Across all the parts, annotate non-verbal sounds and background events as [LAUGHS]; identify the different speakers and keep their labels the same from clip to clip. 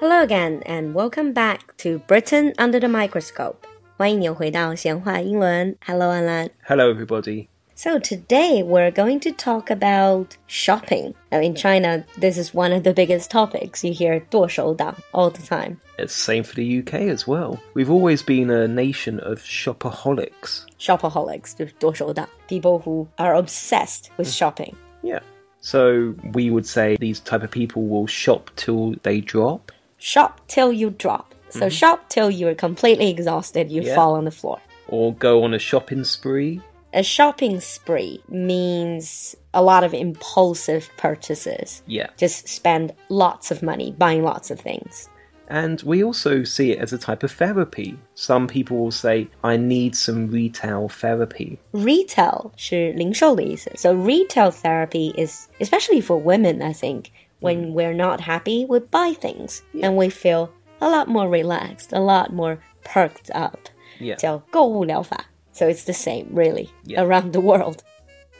Speaker 1: Hello again and welcome back to Britain under the microscope. 欢迎你回到闲话英文。Hello, Alan.
Speaker 2: Hello, everybody.
Speaker 1: So today we're going to talk about shopping. Now in China, this is one of the biggest topics. You hear 剁手党 all the time.
Speaker 2: It's same for the UK as well. We've always been a nation of shopaholics.
Speaker 1: Shopaholics, 就是剁手党 people who are obsessed with shopping.
Speaker 2: Yeah. So we would say these type of people will shop till they drop.
Speaker 1: Shop till you drop. So shop till you're completely exhausted, you
Speaker 2: Yeah.
Speaker 1: fall on the floor.
Speaker 2: or go on a shopping spree.
Speaker 1: A shopping spree means a lot of impulsive purchases.
Speaker 2: Yeah.
Speaker 1: Just spend lots of money buying lots of things.
Speaker 2: And we also see it as a type of therapy. Some people will say, I need some retail therapy.
Speaker 1: Retail 是零售的意思. So retail therapy is especially for women, I think. When we're not happy, we buy things and we feel a lot more relaxed, a lot more perked up.
Speaker 2: Yeah.
Speaker 1: 叫购物疗法. So it's the same, really,
Speaker 2: Yeah.
Speaker 1: around the world.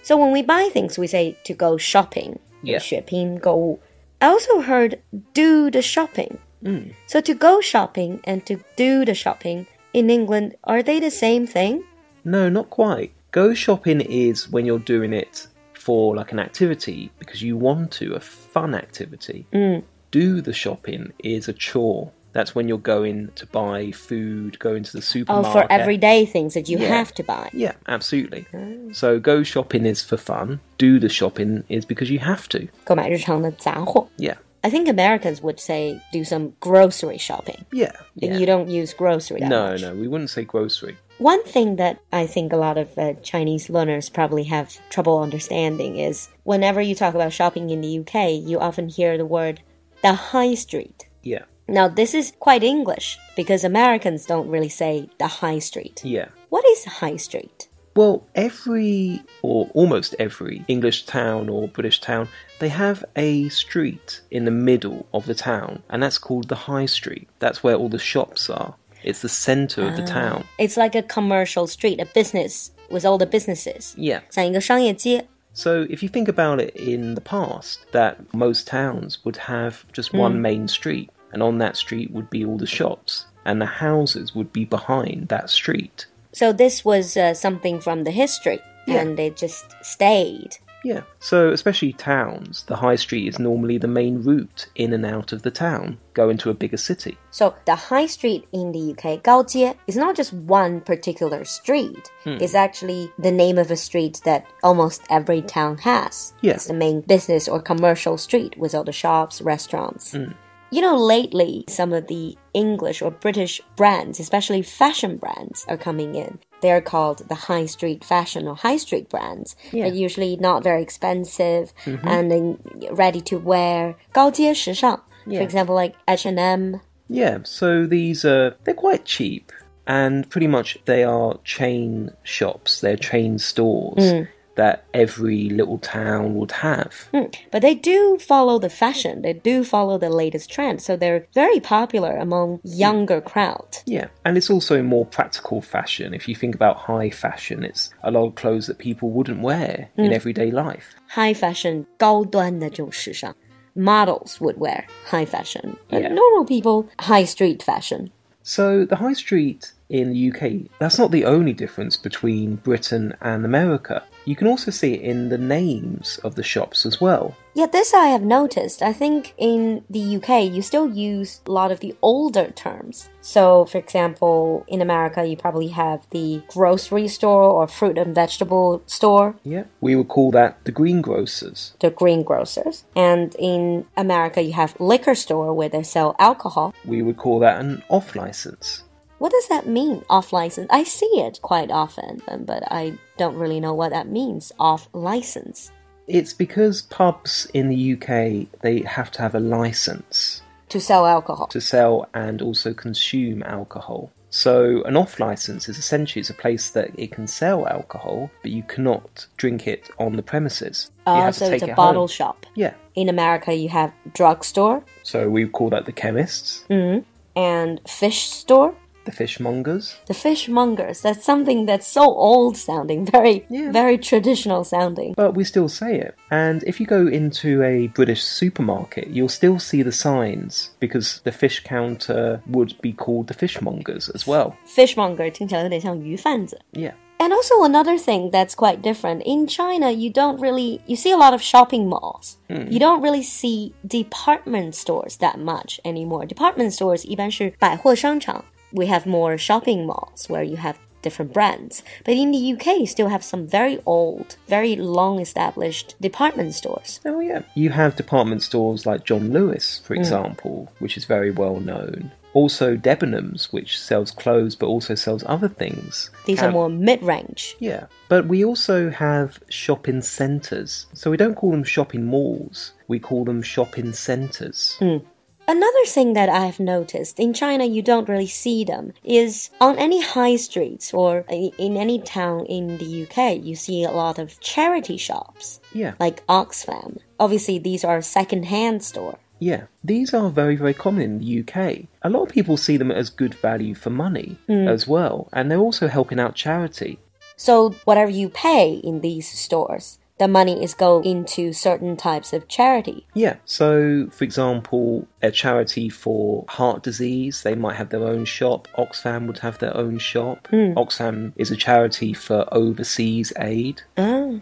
Speaker 1: So when we buy things, we say to go shopping.
Speaker 2: Yeah.
Speaker 1: 血拼购物. I also heard do the shopping.
Speaker 2: Mm.
Speaker 1: So to go shopping and to do the shopping in England, are they the same thing?
Speaker 2: No, not quite. Go shopping is when you're doing it for like an activity because you want to, a fun activity.
Speaker 1: Mm.
Speaker 2: Do the shopping is a chore. That's when you're going to buy food, going to the
Speaker 1: Oh,
Speaker 2: supermarket.
Speaker 1: for everyday things that you
Speaker 2: Yeah.
Speaker 1: have to buy.
Speaker 2: Yeah, absolutely.
Speaker 1: Oh.
Speaker 2: So go shopping is for fun. Do the shopping is because you have to.
Speaker 1: 购买日常的杂货.
Speaker 2: Yeah.
Speaker 1: I think Americans would say do some grocery shopping.
Speaker 2: Yeah.
Speaker 1: And
Speaker 2: yeah.
Speaker 1: you don't use grocery that
Speaker 2: no,
Speaker 1: much.
Speaker 2: no, we wouldn't say grocery.
Speaker 1: One thing that I think a lot of uh, Chinese learners probably have trouble understanding is whenever you talk about shopping in the UK, you often hear the word the high street.
Speaker 2: Yeah,
Speaker 1: Now, this is quite English because Americans don't really say the high street.
Speaker 2: yeah.
Speaker 1: What is high street?
Speaker 2: Well, every or almost every English town or British town, they have a street in the middle of the town, and that's called the High Street. That's where all the shops are. It's the centre of the town.
Speaker 1: It's like a commercial street, a business with all the businesses.
Speaker 2: Yeah.
Speaker 1: 像一个商业街,
Speaker 2: So if you think about it in the past, that most towns would have just one main street, and on that street would be all the shops, and the houses would be behind that street.
Speaker 1: So this was uh, something from the history,
Speaker 2: Yeah.
Speaker 1: and it just stayed.
Speaker 2: Yeah. So, especially towns, the high street is normally the main route in and out of the town, go into a bigger city.
Speaker 1: So the high street in the UK, 高街, is not just one particular street.
Speaker 2: Hmm.
Speaker 1: It's actually the name of a street that almost every town has.
Speaker 2: Yeah.
Speaker 1: It's the main business or commercial street with all the shops, restaurants.
Speaker 2: Hmm.
Speaker 1: You know, lately, some of the English or British brands, especially fashion brands, are coming in. They're called the high street fashion or high street brands.
Speaker 2: Yeah. Mm-hmm.
Speaker 1: They're usually not very expensive and then ready to wear. 高阶时尚, For
Speaker 2: Yeah.
Speaker 1: example, like H&M,
Speaker 2: Yeah, so these are, they're quite cheap, and pretty much they are chain shops, they're chain stores that every little town would have.
Speaker 1: Hmm. But they do follow the fashion. They do follow the latest trend. So they're very popular among younger crowd.
Speaker 2: Yeah, and it's also more practical fashion. If you think about high fashion, it's a lot of clothes that people wouldn't wear in everyday life.
Speaker 1: High fashion, 高端的这种时尚. Models would wear high fashion. But
Speaker 2: Yeah.
Speaker 1: normal people, high street fashion.
Speaker 2: So the high street in the UK, that's not the only difference between Britain and America. You can also see it in the names of the shops as well.
Speaker 1: Yeah, this I have noticed. I think in the UK, you still use a lot of the older terms. So, for example, in America, you probably have the grocery store or fruit and vegetable store.
Speaker 2: Yeah. We would call that the greengrocers.
Speaker 1: the greengrocers. And in America, you have liquor store where they sell alcohol.
Speaker 2: We would call that an off license.
Speaker 1: What does that mean, off license? I see it quite often, um, but I don't really know what that means, off license.
Speaker 2: It's because pubs in the UK they have to have a license
Speaker 1: To sell alcohol.
Speaker 2: to sell and also consume alcohol. So an off license is essentially it's a place that it can sell alcohol, but you cannot drink it on the premises. You
Speaker 1: Uh,
Speaker 2: have
Speaker 1: so
Speaker 2: to
Speaker 1: it's
Speaker 2: take
Speaker 1: a
Speaker 2: it
Speaker 1: bottle
Speaker 2: home.
Speaker 1: shop.
Speaker 2: Yeah.
Speaker 1: In America, you have drugstore Mm.
Speaker 2: So we call that the chemists,
Speaker 1: and fish store.
Speaker 2: The fishmongers.
Speaker 1: The fishmongers, that's something that's so old sounding, [LAUGHS] very,
Speaker 2: Yeah.
Speaker 1: very traditional sounding.
Speaker 2: But we still say it. And if you go into a British supermarket, you'll still see the signs because the fish counter would be called the fishmongers as well.
Speaker 1: Fishmonger 听起来有点像鱼贩子。
Speaker 2: Yeah.
Speaker 1: And also another thing that's quite different in China, you don't really you see a lot of shopping malls. You don't really see department stores that much anymore. Department stores 一般是百货商场. We have more shopping malls where you have different brands. But in the UK, you still have some very old, very long established department stores.
Speaker 2: Oh, yeah. You have department stores like John Lewis,
Speaker 1: Mm.
Speaker 2: for example, which is very well known. Also, Debenhams, which sells clothes but also sells other things.
Speaker 1: These are
Speaker 2: Have-
Speaker 1: more mid-range.
Speaker 2: Yeah, but we also have shopping centres. So we don't call them shopping malls, we call them shopping centres.
Speaker 1: Another thing that I've noticed in China, you don't really see them, is on any high streets or i- in any town in the UK, you see a lot of charity shops
Speaker 2: Yeah,
Speaker 1: like Oxfam. Obviously, these are second-hand store.
Speaker 2: yeah. These are very, very common in the UK. A lot of people see them as good value for money as well, and they're also helping out charity.
Speaker 1: So whatever you pay in these stores, the money is go into certain types of charity.
Speaker 2: Yeah, so for example, a charity for heart disease, they might have their own shop. Oxfam would have their own shop. Oxfam is a charity for overseas aid.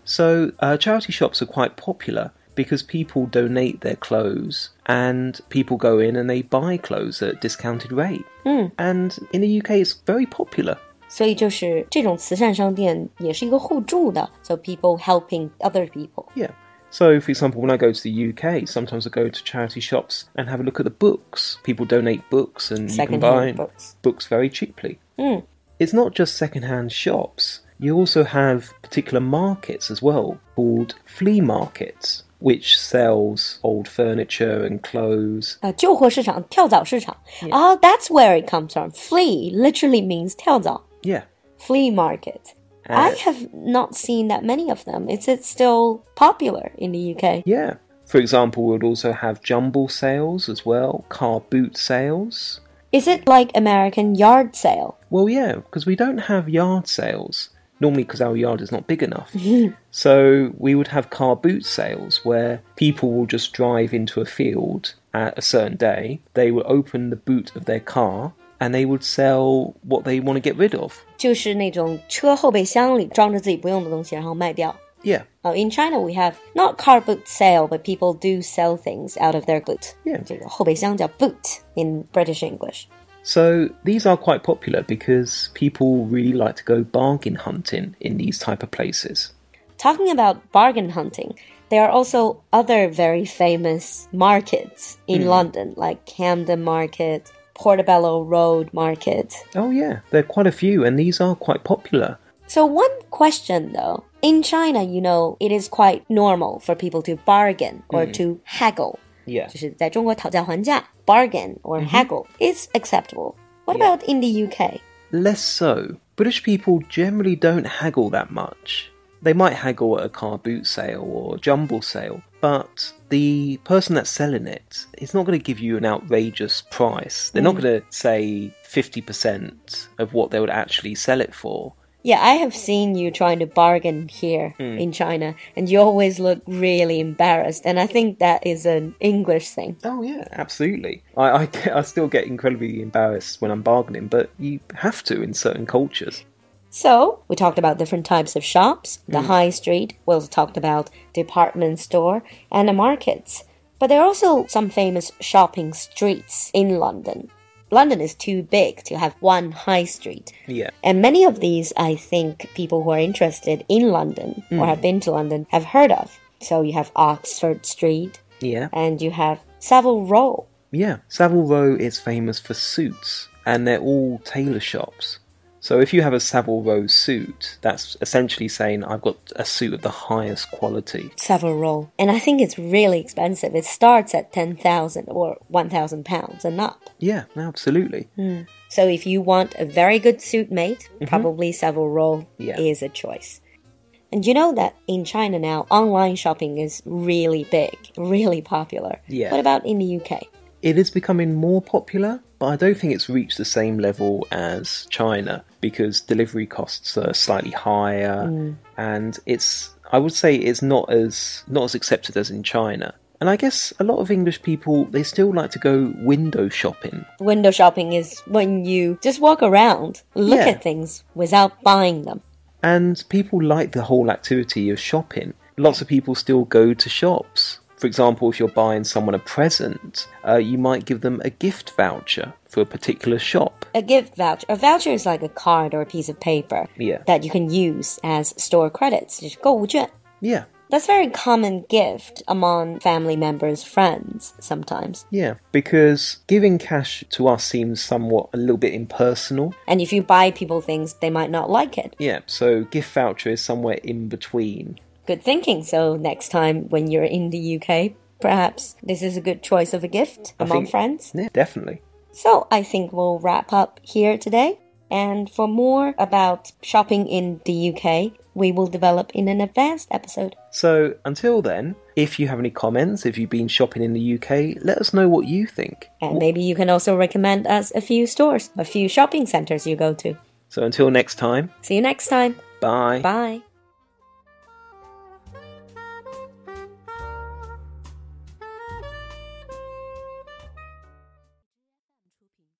Speaker 2: So, uh, charity shops are quite popular because people donate their clothes and people go in and they buy clothes at discounted rate.
Speaker 1: Hmm.
Speaker 2: And in the UK, it's very popular.
Speaker 1: 所以就是这种慈善商店也是一个互助的，so people helping other people.
Speaker 2: Yeah. So, for example, when I go to the UK, sometimes I go to charity shops and have a look at the books. People donate books and you can buy
Speaker 1: Second-hand books.
Speaker 2: very cheaply.
Speaker 1: Mm.
Speaker 2: It's not just second-hand shops. You also have particular markets as well, called flea markets, which sells old furniture and clothes.
Speaker 1: 呃，旧货市场、跳蚤市场。Oh, that's where it comes from. Flea literally means 跳蚤,
Speaker 2: Yeah. Uh,
Speaker 1: flea market. I have not seen that many of them. Is it still popular in the UK?
Speaker 2: Yeah. For example, we would also have jumble sales as well, car boot sales.
Speaker 1: Is it like American yard sale?
Speaker 2: Well, yeah, because we don't have yard sales normally because our yard is not big enough. so we would have car boot sales where people will just drive into a field at a certain day. They will open the boot of their car and they would sell what they want to get rid of.
Speaker 1: 就是那种车后备箱里装着自己不用的东西，然后卖掉。
Speaker 2: Yeah,
Speaker 1: Oh, in China, we have not car boot sale, but people do sell things out of their boot.
Speaker 2: yeah.
Speaker 1: 这个后备箱叫 boot in British English.
Speaker 2: So these are quite popular because people really like to go bargain hunting in these type of places.
Speaker 1: Talking about bargain hunting, there are also other very famous markets in London, like Camden Market, Portobello Road Market.
Speaker 2: Oh yeah, there are quite a few and these are quite popular.
Speaker 1: So, one question though in China, you know, it is quite normal for people to bargain or to haggle.
Speaker 2: Yeah.
Speaker 1: 就是在中国讨价还价，bargain or haggle is acceptable. What about in the UK?
Speaker 2: Less so. British people generally don't haggle that much. They might haggle at a car boot sale or a jumble sale, but the person that's selling it is not going to give you an outrageous price. They're not going to say 50% of what they would actually sell it for.
Speaker 1: Yeah, I have seen you trying to bargain here in China, and you always look really embarrassed. And I think that is an English thing.
Speaker 2: Oh, yeah, absolutely. I, I, [LAUGHS] get- I still get incredibly embarrassed when I'm bargaining, but you have to in certain cultures.
Speaker 1: So, we talked about different types of shops, the high street, we also talked about department store and the markets. But there are also some famous shopping streets in London. London is too big to have one high street.
Speaker 2: Yeah.
Speaker 1: And many of these, I think, people who are interested in London or have been to London have heard of. So you have Oxford Street
Speaker 2: Yeah.
Speaker 1: and you have Savile Row.
Speaker 2: Yeah, Savile Row is famous for suits, and they're all tailor shops. So if you have a Savile Row suit, that's essentially saying I've got a suit of the highest quality.
Speaker 1: Savile Row. And I think it's really expensive. It starts at 10,000 or 1,000 pounds and up.
Speaker 2: Yeah, absolutely.
Speaker 1: So if you want a very good suit made, probably Savile Row
Speaker 2: Mm-hmm. Yeah.
Speaker 1: is a choice. And you know that in China now, online shopping is really big, really popular.
Speaker 2: Yeah.
Speaker 1: What about in the UK?
Speaker 2: It is becoming more popular, but I don't think it's reached the same level as China because delivery costs are slightly higher and it's I would say it's not as not as accepted as in China. And I guess a lot of English people they still like to go window shopping.
Speaker 1: Window shopping is when you just walk around, look
Speaker 2: Yeah.
Speaker 1: at things without buying them.
Speaker 2: And people like the whole activity of shopping. Lots of people still go to shops. For example, if you're buying someone a present, uh, you might give them a gift voucher for a particular shop.
Speaker 1: A gift voucher. A voucher is like a card or a piece of paper
Speaker 2: Yeah.
Speaker 1: that you can use as store credits. 就是购物券.
Speaker 2: Yeah,
Speaker 1: That's a very common gift among family members, friends sometimes.
Speaker 2: yeah. Because giving cash to us seems somewhat a little bit impersonal.
Speaker 1: And if you buy people things, they might not like it.
Speaker 2: Yeah, so gift voucher is somewhere in between.
Speaker 1: Good thinking. So next time when you're in the UK, perhaps this is a good choice of a gift
Speaker 2: I
Speaker 1: among
Speaker 2: think-
Speaker 1: friends.
Speaker 2: Yeah, definitely.
Speaker 1: So I think we'll wrap up here today. And for more about shopping in the UK, we will develop in an advanced episode.
Speaker 2: So until then, if you have any comments, if you've been shopping in the UK, let us know what you think.
Speaker 1: And maybe you can also recommend us a few stores, a few shopping centers you go to.
Speaker 2: So until next time,
Speaker 1: See you next time.
Speaker 2: bye.
Speaker 1: Bye.